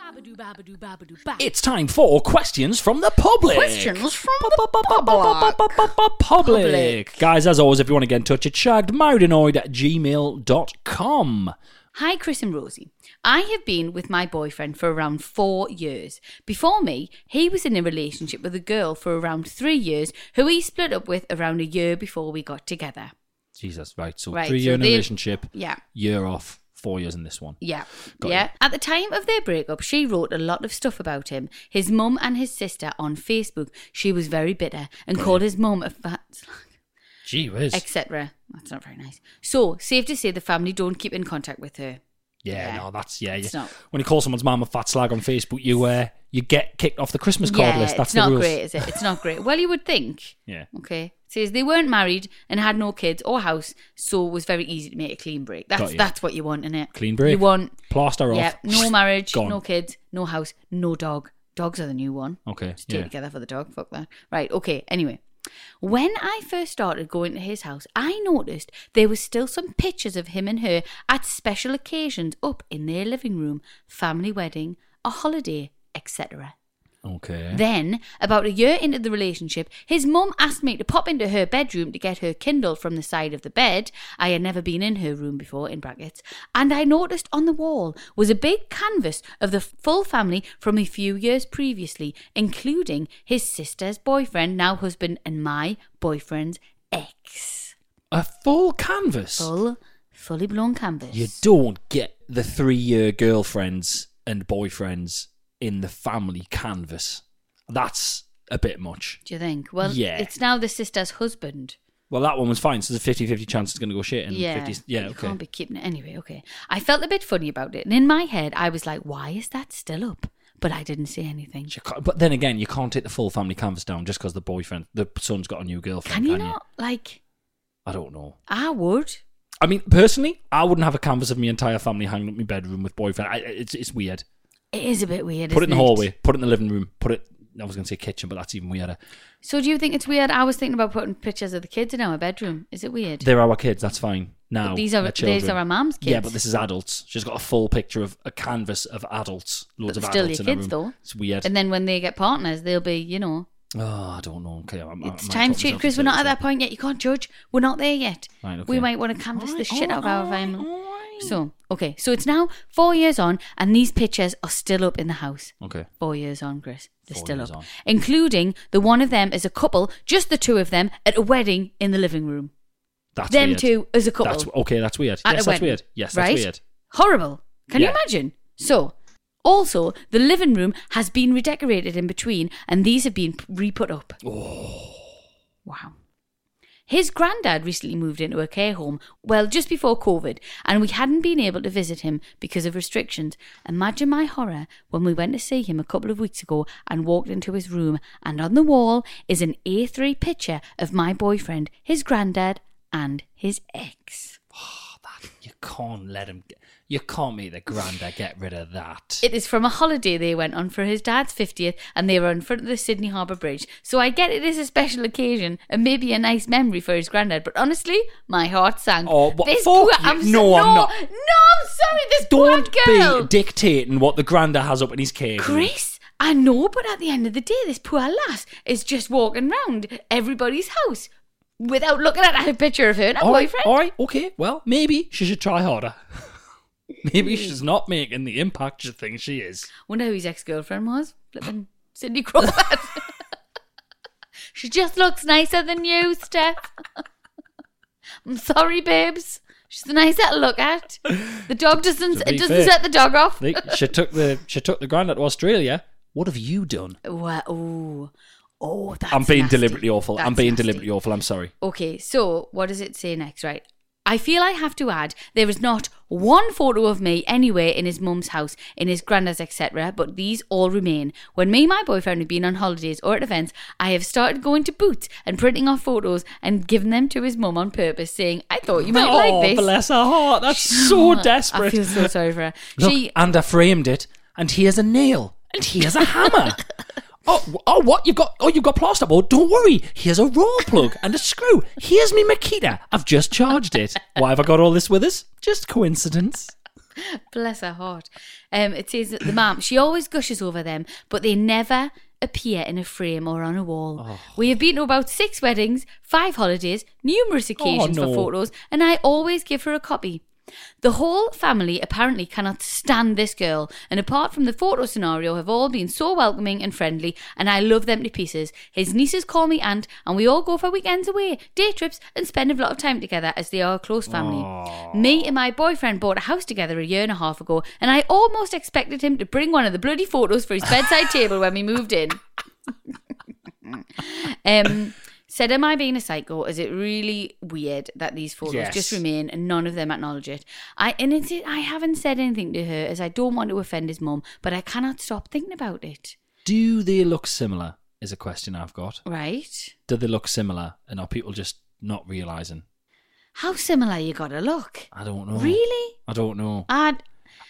Babadoo, babadoo, babadoo, ba. It's time for questions from the public. Questions from the public. public. Guys, as always, if you want to get in touch, it's shaggedmarriedanoid at gmail.com. Hi, Chris and Rosie. I have been with my boyfriend for around four years. Before me, he was in a relationship with a girl for around three years who he split up with around a year before we got together. Jesus, right. So Right, three so year in a they- relationship, Yeah. year off, four years in this one. Yeah. Got yeah. you. At the time of their breakup, she wrote a lot of stuff about him, his mum and his sister on Facebook. She was very bitter and called his mum a fat Gee whiz. etc. That's not very nice. So, safe to say the family don't keep in contact with her. yeah. yeah, no, that's yeah. It's yeah. not- When you call someone's mum a fat slag on Facebook, you uh, you get kicked off the Christmas card yeah, list. That's it's the not rules. great, is it? It's not great. Well, you would think. Yeah. Okay. Says they weren't married and had no kids or house, so it was very easy to make a clean break. Got That's you. that's what you want, is it? Clean break. You want plaster yeah, off. no marriage, Gone. no kids, no house, no dog. Dogs are the new one. Okay. Stay Yeah. together for the dog. Fuck that. Right. Okay. Anyway, when I first started going to his house, I noticed there was still some pictures of him and her at special occasions up in their living room, family wedding, a holiday, etc. Okay. Then, about a year into the relationship, his mum asked me to pop into her bedroom to get her Kindle from the side of the bed. I had never been in her room before, in brackets. And I noticed on the wall was a big canvas of the full family from a few years previously, including his sister's boyfriend, now husband, and my boyfriend's ex. A full canvas. Full, fully blown canvas. You don't get the three year girlfriends and boyfriends in the family canvas. That's a bit much. Do you think? Well, Yeah. it's now the sister's husband. Well, that one was fine. So there's a 50 50 chance it's going to go shit. And 50, yeah, you okay. can't be keeping it anyway. Okay, I felt a bit funny about it, and in my head, I was like, "Why is that still up?" But I didn't say anything. You can't- but then again, you can't take the full family canvas down just because the boyfriend, the son's got a new girlfriend. Can you not? Like, I don't know. I would. I mean, personally, I wouldn't have a canvas of my entire family hanging up my bedroom with boyfriend. I, it's, it's weird. It is a bit weird. put it in the isn't hallway. Put it in the living room. Put it. I was going to say kitchen, but that's even weirder. So, do you think it's weird? I was thinking about putting pictures of the kids in our bedroom. Is it weird? They're our kids. That's fine. Now But these are- they're children. these are our mum's Yeah, kids. but this is adults. She's got a full picture of a canvas of adults. Loads But of still adults your in kids, her room. though. It's weird. and then when they get partners, they'll be, you know, oh, I don't know. Okay, I'm, I it's might time talk to treat. myself Chris, we're into not at it. that point yet. You can't judge. We're not there yet. Right, okay. We might want to canvas the Alright, shit out of our alright, family. alright. So, okay, so it's now four years on, and these pictures are still up in the house. Okay. Four years on, Chris. They're Four still years up. on. Including the one of them as a couple, just the two of them at a wedding in the living room. That's them weird. two as a couple. That's, okay, that's weird. At yes, a that's wedding, weird. Yes, that's right? weird. Horrible. Can Yeah. you imagine? So, also, the living room has been redecorated in between, and these have been re put up. Wow. His granddad recently moved into a care home, well, just before COVID, and we hadn't been able to visit him because of restrictions. Imagine my horror when we went to see him a couple of weeks ago and walked into his room, and on the wall is an A3 picture of my boyfriend, his granddad, and his ex. You can't let him. Get, you can't make the grander get rid of that. It is from a holiday they went on for his dad's 50th, and they were in front of the Sydney Harbour Bridge. So I get it is a special occasion and maybe a nice memory for his granddad, but honestly, my heart sank. Oh, what- This fuck poor- you. I'm so- No, I'm not. No, no, I'm sorry, this don't poor girl. be dictating what the grander has up in his cave. Chris, I know, but at the end of the day, this poor lass is just walking round everybody's house without looking at a picture of her and her All right, boyfriend. all right, okay. Well, maybe she should try harder. maybe Hmm. she's not making the impact she thinks she is. Wonder who his ex girlfriend was. Flippin' Cindy Crawford. she just looks nicer than you, Steph. I'm sorry, babes. She's nicer to look at. The dog doesn't To be it doesn't fair, set the dog off. They- she took the she took the grand to Australia. What have you done? well, oh, oh, that's I'm being nasty. deliberately awful. I'm That's being nasty. deliberately awful. I'm sorry. Okay, so what does it say next, right? I feel I have to add there is not one photo of me anywhere in his mum's house, in his granddad's, etc., but these all remain. When me and my boyfriend have been on holidays or at events, I have started going to Boots and printing off photos and giving them to his mum on purpose, saying, I thought you might oh, like this. bless her heart. That's so desperate. I feel so sorry for her. Look, she, and I framed it. And here's a nail. And here's a hammer. oh, w- oh, what you've got? Oh, you've got plasterboard. Don't worry. Here's a raw plug and a screw. Here's me Makita. I've just charged it. Why have I got all this with us? Just coincidence. Bless her heart. Um, it says that the mom, she always gushes over them, but they never appear in a frame or on a wall. We have been to about six weddings, five holidays, numerous occasions no. for photos, and I always give her a copy. The whole family apparently cannot stand this girl, and apart from the photo scenario, have all been so welcoming and friendly, and I love them to pieces. His nieces call me aunt, and we all go for weekends away, day trips, and spend a lot of time together as they are a close family. Me and my boyfriend bought a house together a year and a half ago, and I almost expected him to bring one of the bloody photos for his bedside table when we moved in. Um, said, "Am I being a psycho? Is it really weird that these photos Yes. just remain and none of them acknowledge it?" I and it's, I haven't said anything to her as I don't want to offend his mum, but I cannot stop thinking about it. Do they look similar? Is a question I've got. Right? Do they look similar? And are people just not realizing? How similar you gotta look? I don't know. Really? I don't know. I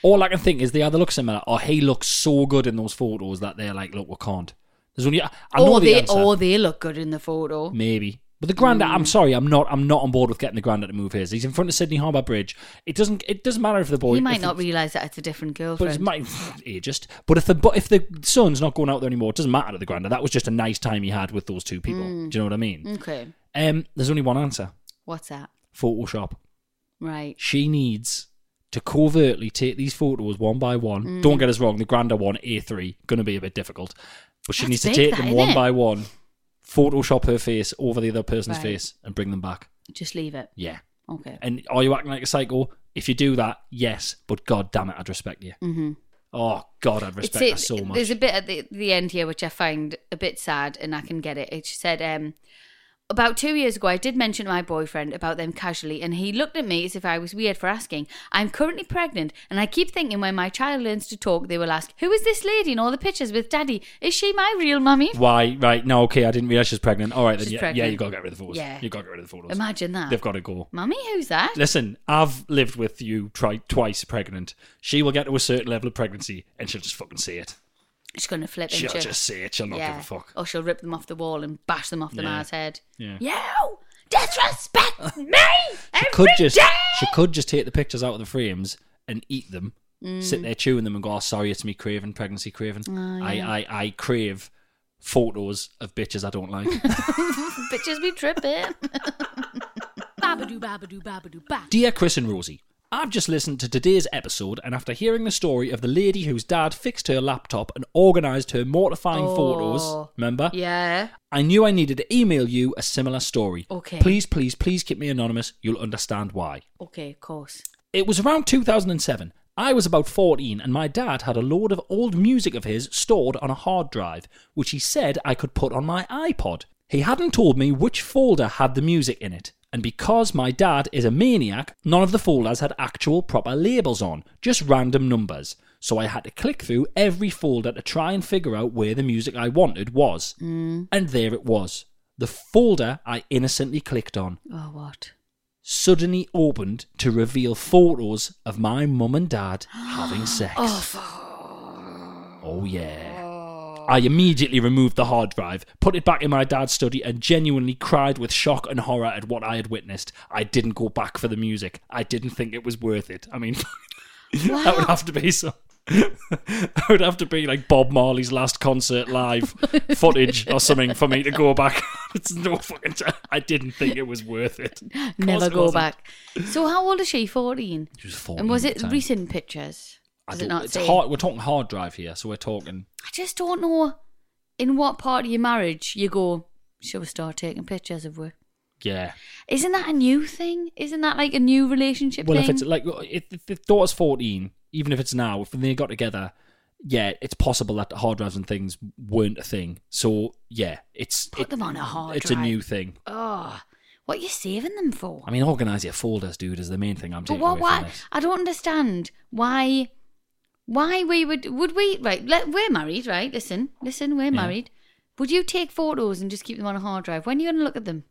All I can think is they either look similar or he looks so good in those photos that they're like, look, we can't. There's only I, I know or the oh, they answer. or they look good in the photo. Maybe. But the granddad, Hmm. I'm sorry, I'm not, I'm not on board with getting the granddad to move his. He's in front of Sydney Harbour Bridge. It doesn't, it doesn't matter if the boy. He might if not the, realise that it's a different but it's girlfriend. might ageist. But if the, but if the son's not going out there anymore, it doesn't matter to the granddad. That was just a nice time he had with those two people. Hmm. Do you know what I mean? okay, Um, there's only one answer. what's that? Photoshop. Right? She needs to covertly take these photos one by one. Hmm. Don't get us wrong, the grander one, A3, going to be a bit difficult. But she That's needs to big, take that, them isn't one it? by one, Photoshop her face over the other person's Right. face and bring them back. Just leave it. Yeah. Okay. And are you acting like a psycho? If you do that, yes, but god damn it, I'd respect you. Mhm. Oh god, I'd respect It's- her so it- much. There's a bit at the, the end here which I find a bit sad, and I can get it. It said, um, about two years ago, I did mention to my boyfriend about them casually, and he looked at me as if I was weird for asking. I'm currently pregnant, and I keep thinking when my child learns to talk, they will ask, Who is this lady in all the pictures with daddy? Is she my real mummy? Why? Right? No, okay, I didn't realize she's pregnant. All right, then, She's yeah, yeah, pregnant. you gotta get rid of the photos. Yeah. you gotta get rid of the photos. Imagine that. They've got to go. Mummy, who's that? Listen, I've lived with you tri- twice pregnant. She will get to a certain level of pregnancy and she'll just fucking say it. She's going to flip She'll into just say it. She'll not give a fuck. Or she'll rip them off the wall and bash them off the Yeah. man's head. Yeah. You disrespect me! She every could just day!" she could just take the pictures out of the frames and eat them, sit there chewing them and go, oh, sorry, it's me craving pregnancy craving. Oh, I, I, I crave photos of bitches I don't like. Bitches be tripping. Babadoo babadoo babadoo ba. Dear Chris and Rosie, I've just listened to today's episode, and after hearing the story of the lady whose dad fixed her laptop and organised her mortifying Oh. photos, remember? Yeah. I knew I needed to email you a similar story. Okay. Please, please, please keep me anonymous. You'll understand why. Okay, of course. It was around 2007. I was about 14, and my dad had a load of old music of his stored on a hard drive, which he said I could put on my iPod. He hadn't told me which folder had the music in it, and because my dad is a maniac, none of the folders had actual proper labels on, just random numbers. So I had to click through every folder to try and figure out where the music I wanted was. And there it was. The folder I innocently clicked on Oh, what? suddenly opened to reveal photos of my mum and dad having sex. Oh, yeah. I immediately removed the hard drive, put it back in my dad's study, and genuinely cried with shock and horror at what I had witnessed. I didn't go back for the music. I didn't think it was worth it. I mean, that would have to be so. that would have to be like Bob Marley's last concert live footage or something for me to go back. it's no fucking. T- I didn't think it was worth it. Of course Never it go wasn't. back. So, how old is she? 14? She was 14 And was at the it time. recent pictures? I Does it don't- not it's say? hard. We're talking hard drive here, so we're talking. I just don't know in what part of your marriage you go, shall we start taking pictures of her? Yeah. Isn't that a new thing? Isn't that like a new relationship well, thing? if it's like if if the daughter's fourteen, even if it's now, if they got together, yeah, it's possible that the hard drives and things weren't a thing. So yeah, it's Put them on a hard It's a drive. new thing. oh, What are you saving them for? I mean, organise your folders, dude, is the main thing I'm But taking what? away Why? from this. I don't understand why. Why we would would we right? Let, we're married, right? Listen, listen, we're Yeah. married. Would you take photos and just keep them on a hard drive? When are you going to look at them?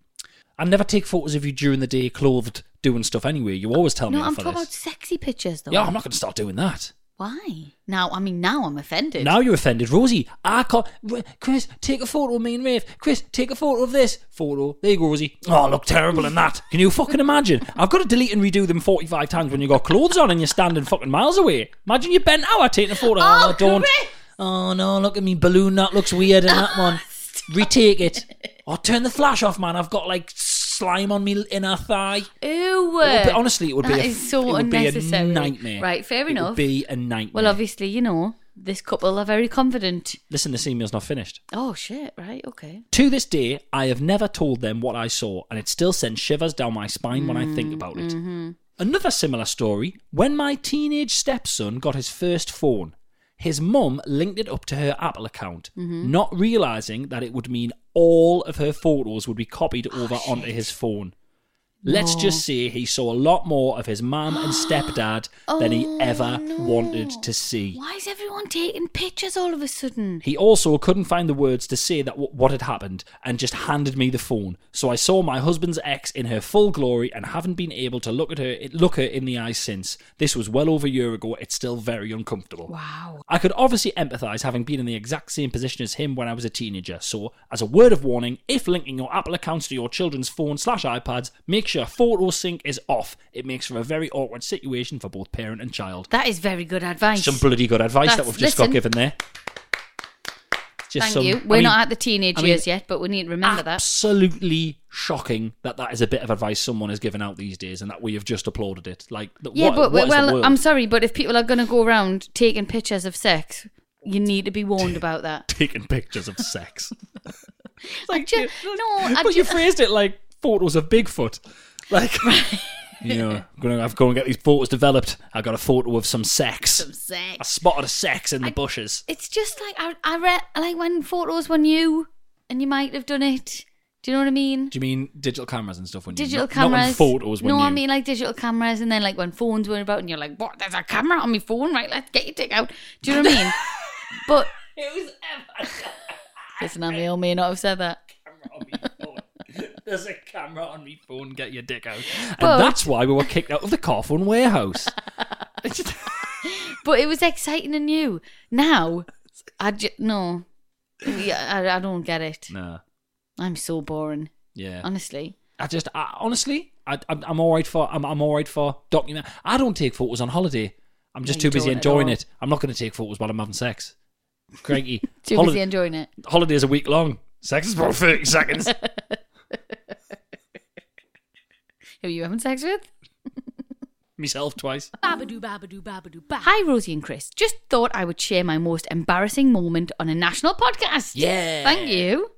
I never take photos of you during the day, clothed, doing stuff anyway. You always tell no, me I'm for talking about this. sexy pictures, though. yeah, I'm not going to start doing that. Why? Now, I mean, now I'm offended. Now you're offended, Rosie. I can't. R- Chris, take a photo of me and Rafe. Chris, take a photo of this photo. There you go, Rosie. Oh, I look terrible in that. Can you fucking imagine? I've got to delete and redo them 45 times when you got clothes on and you're standing fucking miles away. Imagine you bent out taking a photo. Oh, don't. Chris! Oh no, look at me balloon. That looks weird in that one. Retake it. Oh, turn the flash off, man. I've got like slime on me inner thigh. Ew. It would be- honestly, it would be That a- is so it would be a unnecessary. nightmare. Right, fair It would enough. be a nightmare. Well, obviously, you know, this couple are very confident. Listen, this email's not finished. Oh, shit, right, okay. To this day, I have never told them what I saw, and it still sends shivers down my spine when I Mm, think about it. Mm-hmm. Another similar story when my teenage stepson got his first phone, his mum linked it up to her Apple account, Mm-hmm. not realizing that it would mean all of her photos would be copied over onto his phone. Let's Oh, No. just say he saw a lot more of his mum and stepdad than he Oh, ever no. wanted to see. Why is everyone taking pictures all of a sudden? He also couldn't find the words to say that w- what had happened and just handed me the phone. So I saw my husband's ex in her full glory and haven't been able to look at her look her in the eye since. This was well over a year ago. It's still very uncomfortable. Wow. I could obviously empathise having been in the exact same position as him when I was a teenager. So, as a word of warning, if linking your Apple accounts to your children's phone slash iPads, make sure photo sync is off. It makes for a very awkward situation for both parent and child. That is very good advice. Some bloody good advice that That's- we've just listen. got given there. Just Thank some- you. I We're mean, not at the teenage I mean, years yet, but we need to remember that. absolutely shocking that that is a bit of advice someone has given out these days, and that we have just applauded it. Like, th- Yeah, what, but what is the well, world? I'm sorry, but if people are going to go around taking pictures of sex, you need to be warned about that. taking pictures of sex. I ju- no, I but you ju- phrased it like photos of Bigfoot. Like, you know, I'm gonna have to go and get these photos developed. I got a photo of some sex. Some sex. I spotted a sex in the I- bushes. It's just like I, I read like when photos were new and you might have done it. Do you know what I mean? Do you mean digital cameras and stuff? When Digital you, not, cameras. not when photos. When no, you, I mean like digital cameras, and then like when phones were about, and you're like, "What? There's a camera on my phone, right? Let's get your dick out." Do you know what I mean? But listen, I may or may not have said that. There's a camera on my phone. Get your dick out. But- and that's why we were kicked out of the Carphone warehouse. But it was exciting and new. Now, I ju- no, yeah, I, I don't get it. no. I'm so boring, Yeah. honestly. I just I, honestly, I, I'm, I'm all right for I'm, I'm all right for document. I don't take photos on holiday. I'm just No, too you busy don't at enjoying all. it. I'm not going to take photos while I'm having sex. Cranky. Too Holi- busy enjoying it. Holidays a week long. Sex is about thirty seconds. Who are you having sex with? Myself twice. Babadoo, babadoo, babadoo, ba. Hi, Rosie and Chris. Just thought I would share my most embarrassing moment on a national podcast. Yeah. Thank you.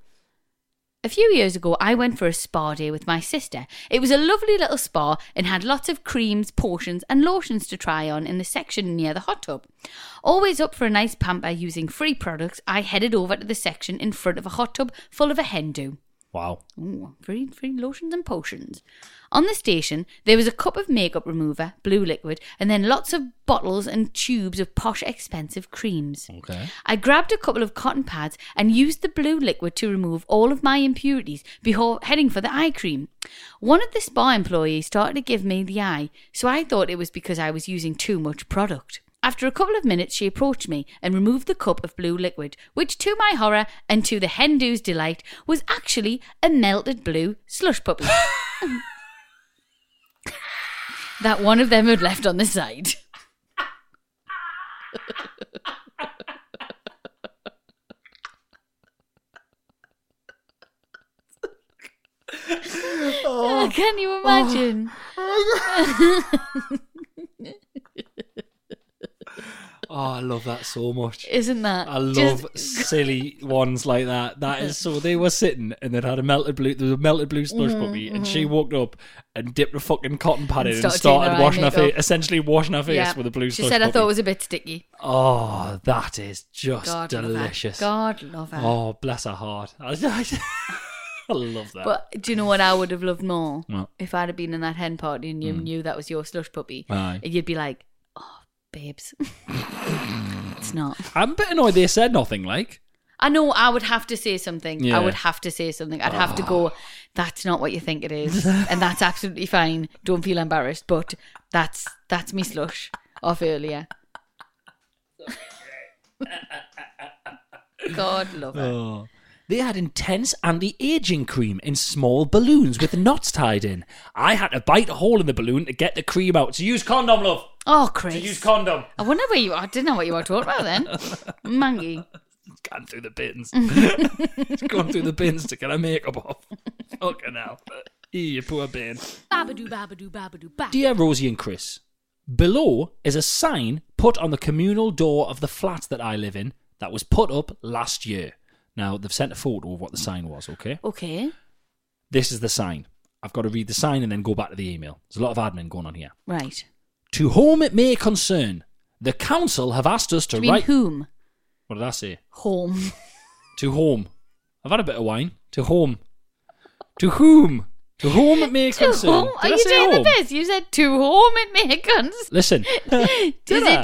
A few years ago, I went for a spa day with my sister. It was a lovely little spa and had lots of creams, potions, and lotions to try on in the section near the hot tub. Always up for a nice pamper using free products, I headed over to the section in front of a hot tub full of a hen do. Wow. Ooh, free, free lotions and potions. On the station, there was a cup of makeup remover, blue liquid, and then lots of bottles and tubes of posh, expensive creams. Okay. I grabbed a couple of cotton pads and used the blue liquid to remove all of my impurities before heading for the eye cream. One of the spa employees started to give me the eye, so I thought it was because I was using too much product. After a couple of minutes, she approached me and removed the cup of blue liquid, which, to my horror and to the Hindu's delight, was actually a melted blue slush puppy that one of them had left on the side. Can you imagine? Oh, I love that so much. Isn't that? I just- love silly ones like that. That is so. They were sitting and they'd had a melted blue. There was a melted blue slush puppy, and she walked up and dipped a fucking cotton pad in Mm-hmm, And and, started taking started her eye washing her face, makeup. essentially washing her face Yeah. with a blue She slush said, puppy. "I thought it was a bit sticky." oh, that is just God love her. delicious. God love her. Oh, bless her heart. I, I, I love that. But do you know what I would have loved more? What? If I'd have been in that hen party and you Mm. knew that was your slush puppy, Aye. and you'd be like, "Oh, babes, it's not." I'm a bit annoyed they said nothing. Like, I know I would have to say something. Yeah. Ah. I would have to say something. I'd have to go, that's not what you think it is. and that's absolutely fine. Don't feel embarrassed, but that's that's me slush off earlier. God love it. oh. they had intense anti-aging cream in small balloons with knots tied in. I had to bite a hole in the balloon to get the cream out. So use condom, love. Oh, So Chris. use condom. I wonder where you are. I didn't know what you were talking about then. Mangy. Going through the bins. Just Going through the bins to get her makeup off. Fucking hell. Eee, You poor bin. Babadoo babadoo babadoo ba. Dear Rosie and Chris, below is a sign put on the communal door of the flat that I live in that was put up last year. Now, they've sent a photo of what the sign was, okay? Okay. This is the sign. I've got to read the sign and then go back to the email. There's a lot of admin going on here. Right. To whom it may concern, the council have asked us Do to you mean write. whom? What did I say? Home. To whom? I've had a bit of wine. To whom? To whom? To whom it may to whom? concern. Are Did I you say doing the whom? best? You said to whom it may concern. Listen. Is I?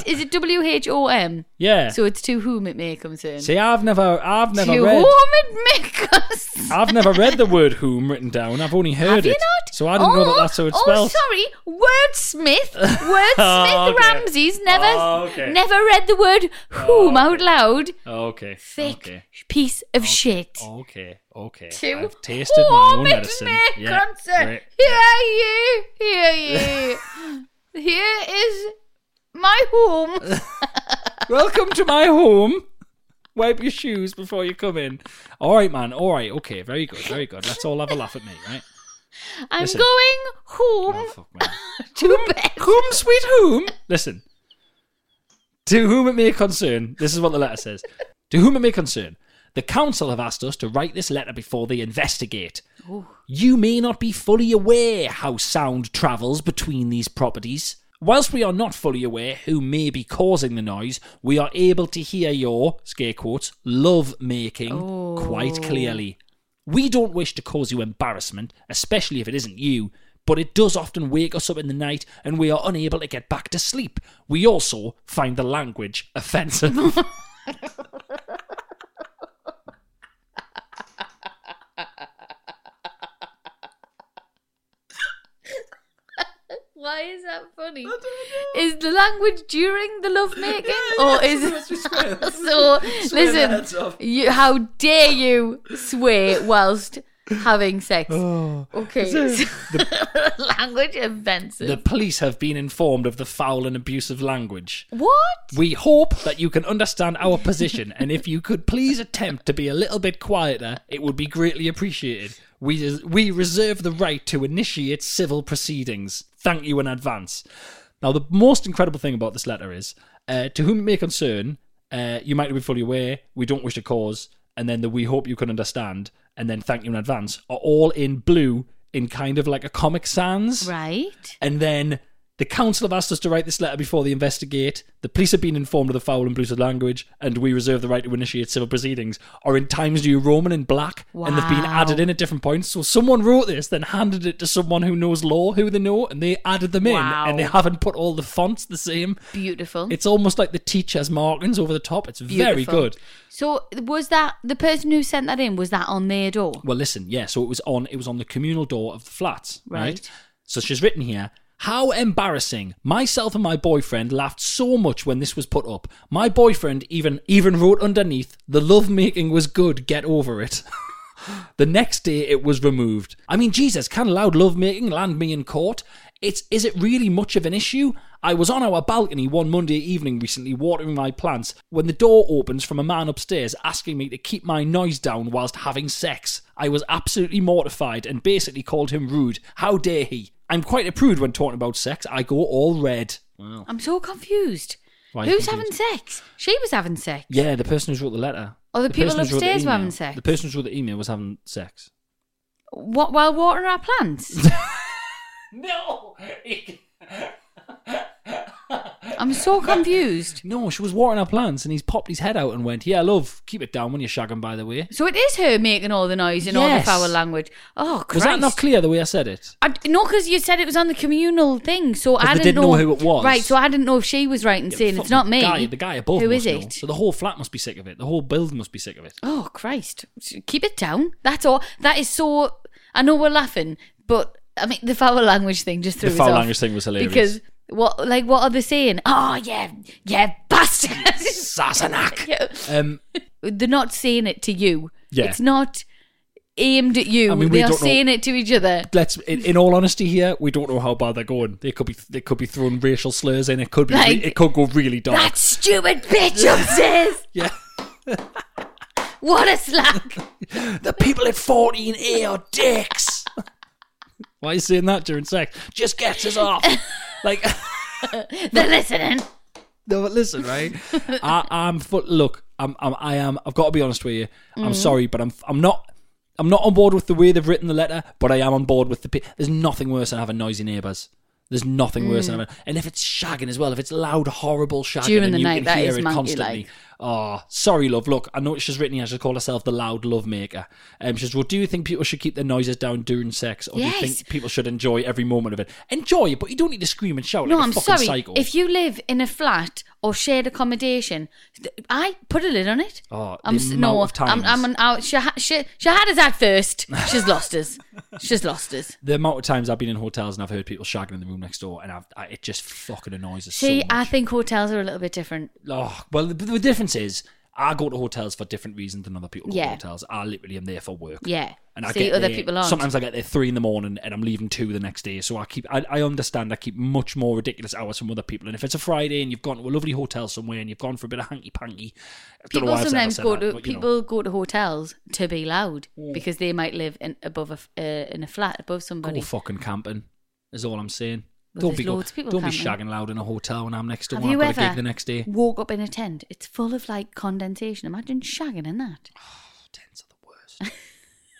it is it W H O M? Yeah. So it's to whom it may concern. See, I've never, I've never to read. whom it may concern. I've never read the word whom written down. I've only heard Have you it. not? So I didn't know that that's how it's oh, spelled. sorry, wordsmith, wordsmith Oh, okay. Ramses never, Oh, okay. never read the word whom out loud. Oh, Okay. Thick Okay. piece of shit. Okay. Okay. To I've tasted my whom own it medicine. may Yeah. concern. Great. Hear ye, hear ye. Here is my home. Welcome to my home. Wipe your shoes before you come in. All right, man. All right. Okay. Very good. Very good. Let's all have a laugh at me, right? I'm Listen. going home Oh, fuck, man. to bed. Whom, sweet whom? Listen. To whom it may concern, this is what the letter says. to whom it may concern, the council have asked us to write this letter before they investigate. You may not be fully aware how sound travels between these properties. Whilst we are not fully aware who may be causing the noise, we are able to hear your, scare quotes, love making quite clearly. We don't wish to cause you embarrassment, especially if it isn't you, but it does often wake us up in the night and we are unable to get back to sleep. We also find the language offensive. Why is that funny? Is the language during the lovemaking, or is so? Listen, you, how dare you swear whilst having sex? Oh. okay, language offensive. the police have been informed of the foul and abusive language. what? We hope that you can understand our position, and if you could please attempt to be a little bit quieter, it would be greatly appreciated. We we reserve the right to initiate civil proceedings. Thank you in advance. Now, the most incredible thing about this letter is, uh, to whom it may concern, uh, you might be fully aware. We don't wish to cause, and then the we hope you can understand, and then thank you in advance are all in blue in kind of like a Comic Sans. Right. And then the council have asked us to write this letter before they investigate. The police have been informed of the foul and brutal language, and we reserve the right to initiate civil proceedings. Are in Times New Roman in black, and they've been Wow. added in at different points. So someone wrote this, then handed it to someone who knows law, who they know, and they added them Wow. in, and they haven't put all the fonts the same. Beautiful. It's almost like the teacher's markings over the top. It's very Beautiful. good. So was that the person who sent that in? Was that on their door? Well, listen, yeah. So it was on. It was on the communal door of the flats, right? Right. So she's written here. How embarrassing! Myself and my boyfriend laughed so much when this was put up. My boyfriend even even wrote underneath, "The love making was good. Get over it." the next day, it was removed. I mean, Jesus, can loud love making land me in court? It's is it really much of an issue? I was on our balcony one Monday evening recently watering my plants when the door opens from a man upstairs asking me to keep my noise down whilst having sex. I was absolutely mortified and basically called him rude. How dare he? I'm quite a prude when talking about sex. I go all red. Wow. I'm so confused. Why are you Who's having confused? sex? She was having sex. Yeah, the person who wrote the letter. Oh, the people person who wrote the upstairs were email- having sex. The person who wrote the email was having sex. What while watering our plants? No! I'm so confused. No, she was watering her plants and he's popped his head out and went, Yeah, love, keep it down when you're shagging, by the way. So it is her making all the noise and all the Yes. foul language. Oh, Christ. Was that not clear the way I said it? I, no, because you said it was on the communal thing, so I they didn't didn't know who it was. Right, so I didn't know if she was right in saying it's not me. The guy, the guy above. Who must is know. it? So the whole flat must be sick of it. The whole build must be sick of it. Oh Christ! Keep it down. That's all. That is so. I know we're laughing, but I mean the foul language thing just threw The us foul off. language thing was hilarious. because what like what are they saying? Oh yeah, yeah, bastard, Sassenach. Yeah. Um, They're not saying it to you. Yeah. it's not aimed at you. I mean, we they are don't know- saying it to each other. let's in, in all honesty here we don't know how bad they're going they could be they could be throwing racial slurs in it could be re- Like, it could go really dark That stupid bitch upstairs. Yeah. what a slack. the people at 14a are dicks why are you saying that during sex just gets us off like They're listening. no but listen right I, i'm fu- look I'm, I'm i am i've got to be honest with you i'm Mhm. sorry but i'm i'm not i'm not on board with the way they've written the letter but i am on board with the pe- there's nothing worse than having noisy neighbors there's nothing worse than Mm. having, and if it's shagging as well, if it's loud, horrible shagging During and the you night, can that hear is it monkey constantly. like. Oh, sorry, love. Look, I know what she's written here. She's called herself the loud love maker. Um, she says, "Well, do you think people should keep their noises down during sex, or do you Yes. think people should enjoy every moment of it? Enjoy it, but you don't need to scream and shout No, Oh, like a I'm fucking sorry. psycho." If you live in a flat or shared accommodation, th- I put a lid on it. oh, the I'm s- amount no, of times, I'm, I'm an out. She, ha- she, she had us at first. She's lost us. She's lost us. the amount of times I've been in hotels and I've heard people shagging in the room next door, and I've, I, it just fucking annoys us. so See, much. I think hotels are a little bit different. Oh, well, the, the difference is I go to hotels for different reasons than other people go to Yeah. hotels. I literally am there for work. Yeah. And I See, get other there- people aren't. Sometimes I get there three in the morning and I'm leaving two the next day. So I keep, I, I understand I keep much more ridiculous hours from other people. And if it's a Friday and you've gone to a lovely hotel somewhere and you've gone for a bit of hanky panky, People sometimes go to you know. people go to hotels to be loud because they might live in above a f- uh, in a flat above somebody. Go fucking camping. Is all I'm saying. Well, don't there's be go- loads of people don't be camping. shagging loud in a hotel when I'm next door. Have when I've you got a ever gig the next day. woke up in a tent? It's full of like condensation. Imagine shagging in that.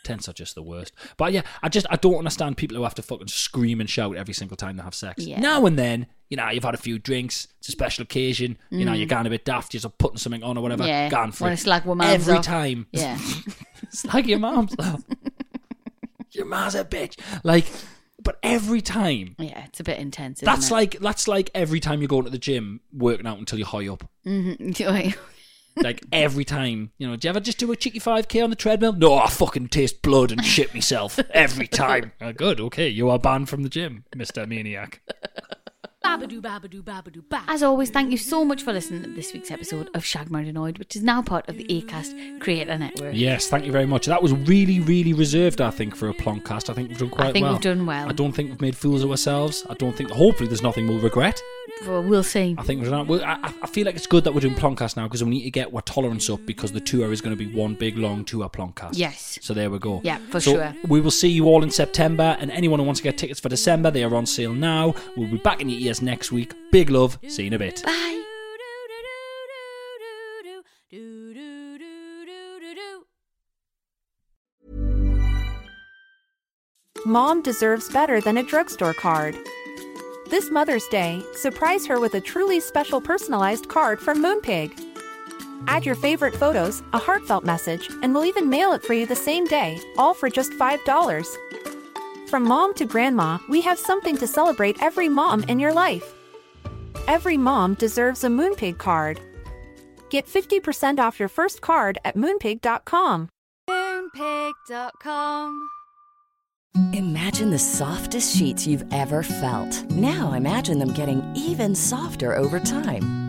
Tents are just the worst. But yeah, I just I don't understand people who have to fucking scream and shout every single time they have sex. Yeah. Now and then, you know, you've had a few drinks. It's a special occasion. You know, Mm. you're going a bit daft. You're just putting something on or whatever. yeah, Gone for when it. it's like woman every time. Yeah, it's like your mom's. oh, your mom's a bitch. Like, but every time. yeah, it's a bit intense. Isn't That's it? like that's like every time you're going to the gym, working out until you're high up. Mhm. Like every time, you know, do you ever just do a cheeky five k on the treadmill? No, I fucking taste blood and shit myself every time. Oh, good, okay, you are banned from the gym, Mister Maniac. Babadoo, babadoo, babadoo, ba. As always, thank you so much for listening to this week's episode of Shagmount Annoyed, which is now part of the Acast Creator Network. Yes, thank you very much. That was really, really reserved, I think, for a plonkcast. I think we've done quite think well. we've done well. I don't think we've made fools of ourselves. I don't think. Hopefully, there's nothing we'll regret. Well, we'll see. I think we're not. Well, I, I- I feel like it's good that we're doing plonkcast now because we need to get our tolerance up because the tour is going to be one big long tour plonkcast. Yes. So there we go. Yeah, for So sure. We will see you all in September, and anyone who wants to get tickets for December, they are on sale now. We'll be back in your ears next week. Big love. See you in a bit. Bye. Mom deserves better than a drugstore card. This Mother's Day, surprise her with a truly special personalized card from Moonpig. Add your favorite photos, a heartfelt message, and we'll even mail it for you the same day, all for just $5. From mom to grandma, we have something to celebrate every mom in your life. Every mom deserves a Moonpig card. Get 50% off your first card at moonpig.com. Moonpig.com. Imagine the softest sheets you've ever felt. Now imagine them getting even softer over time.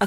a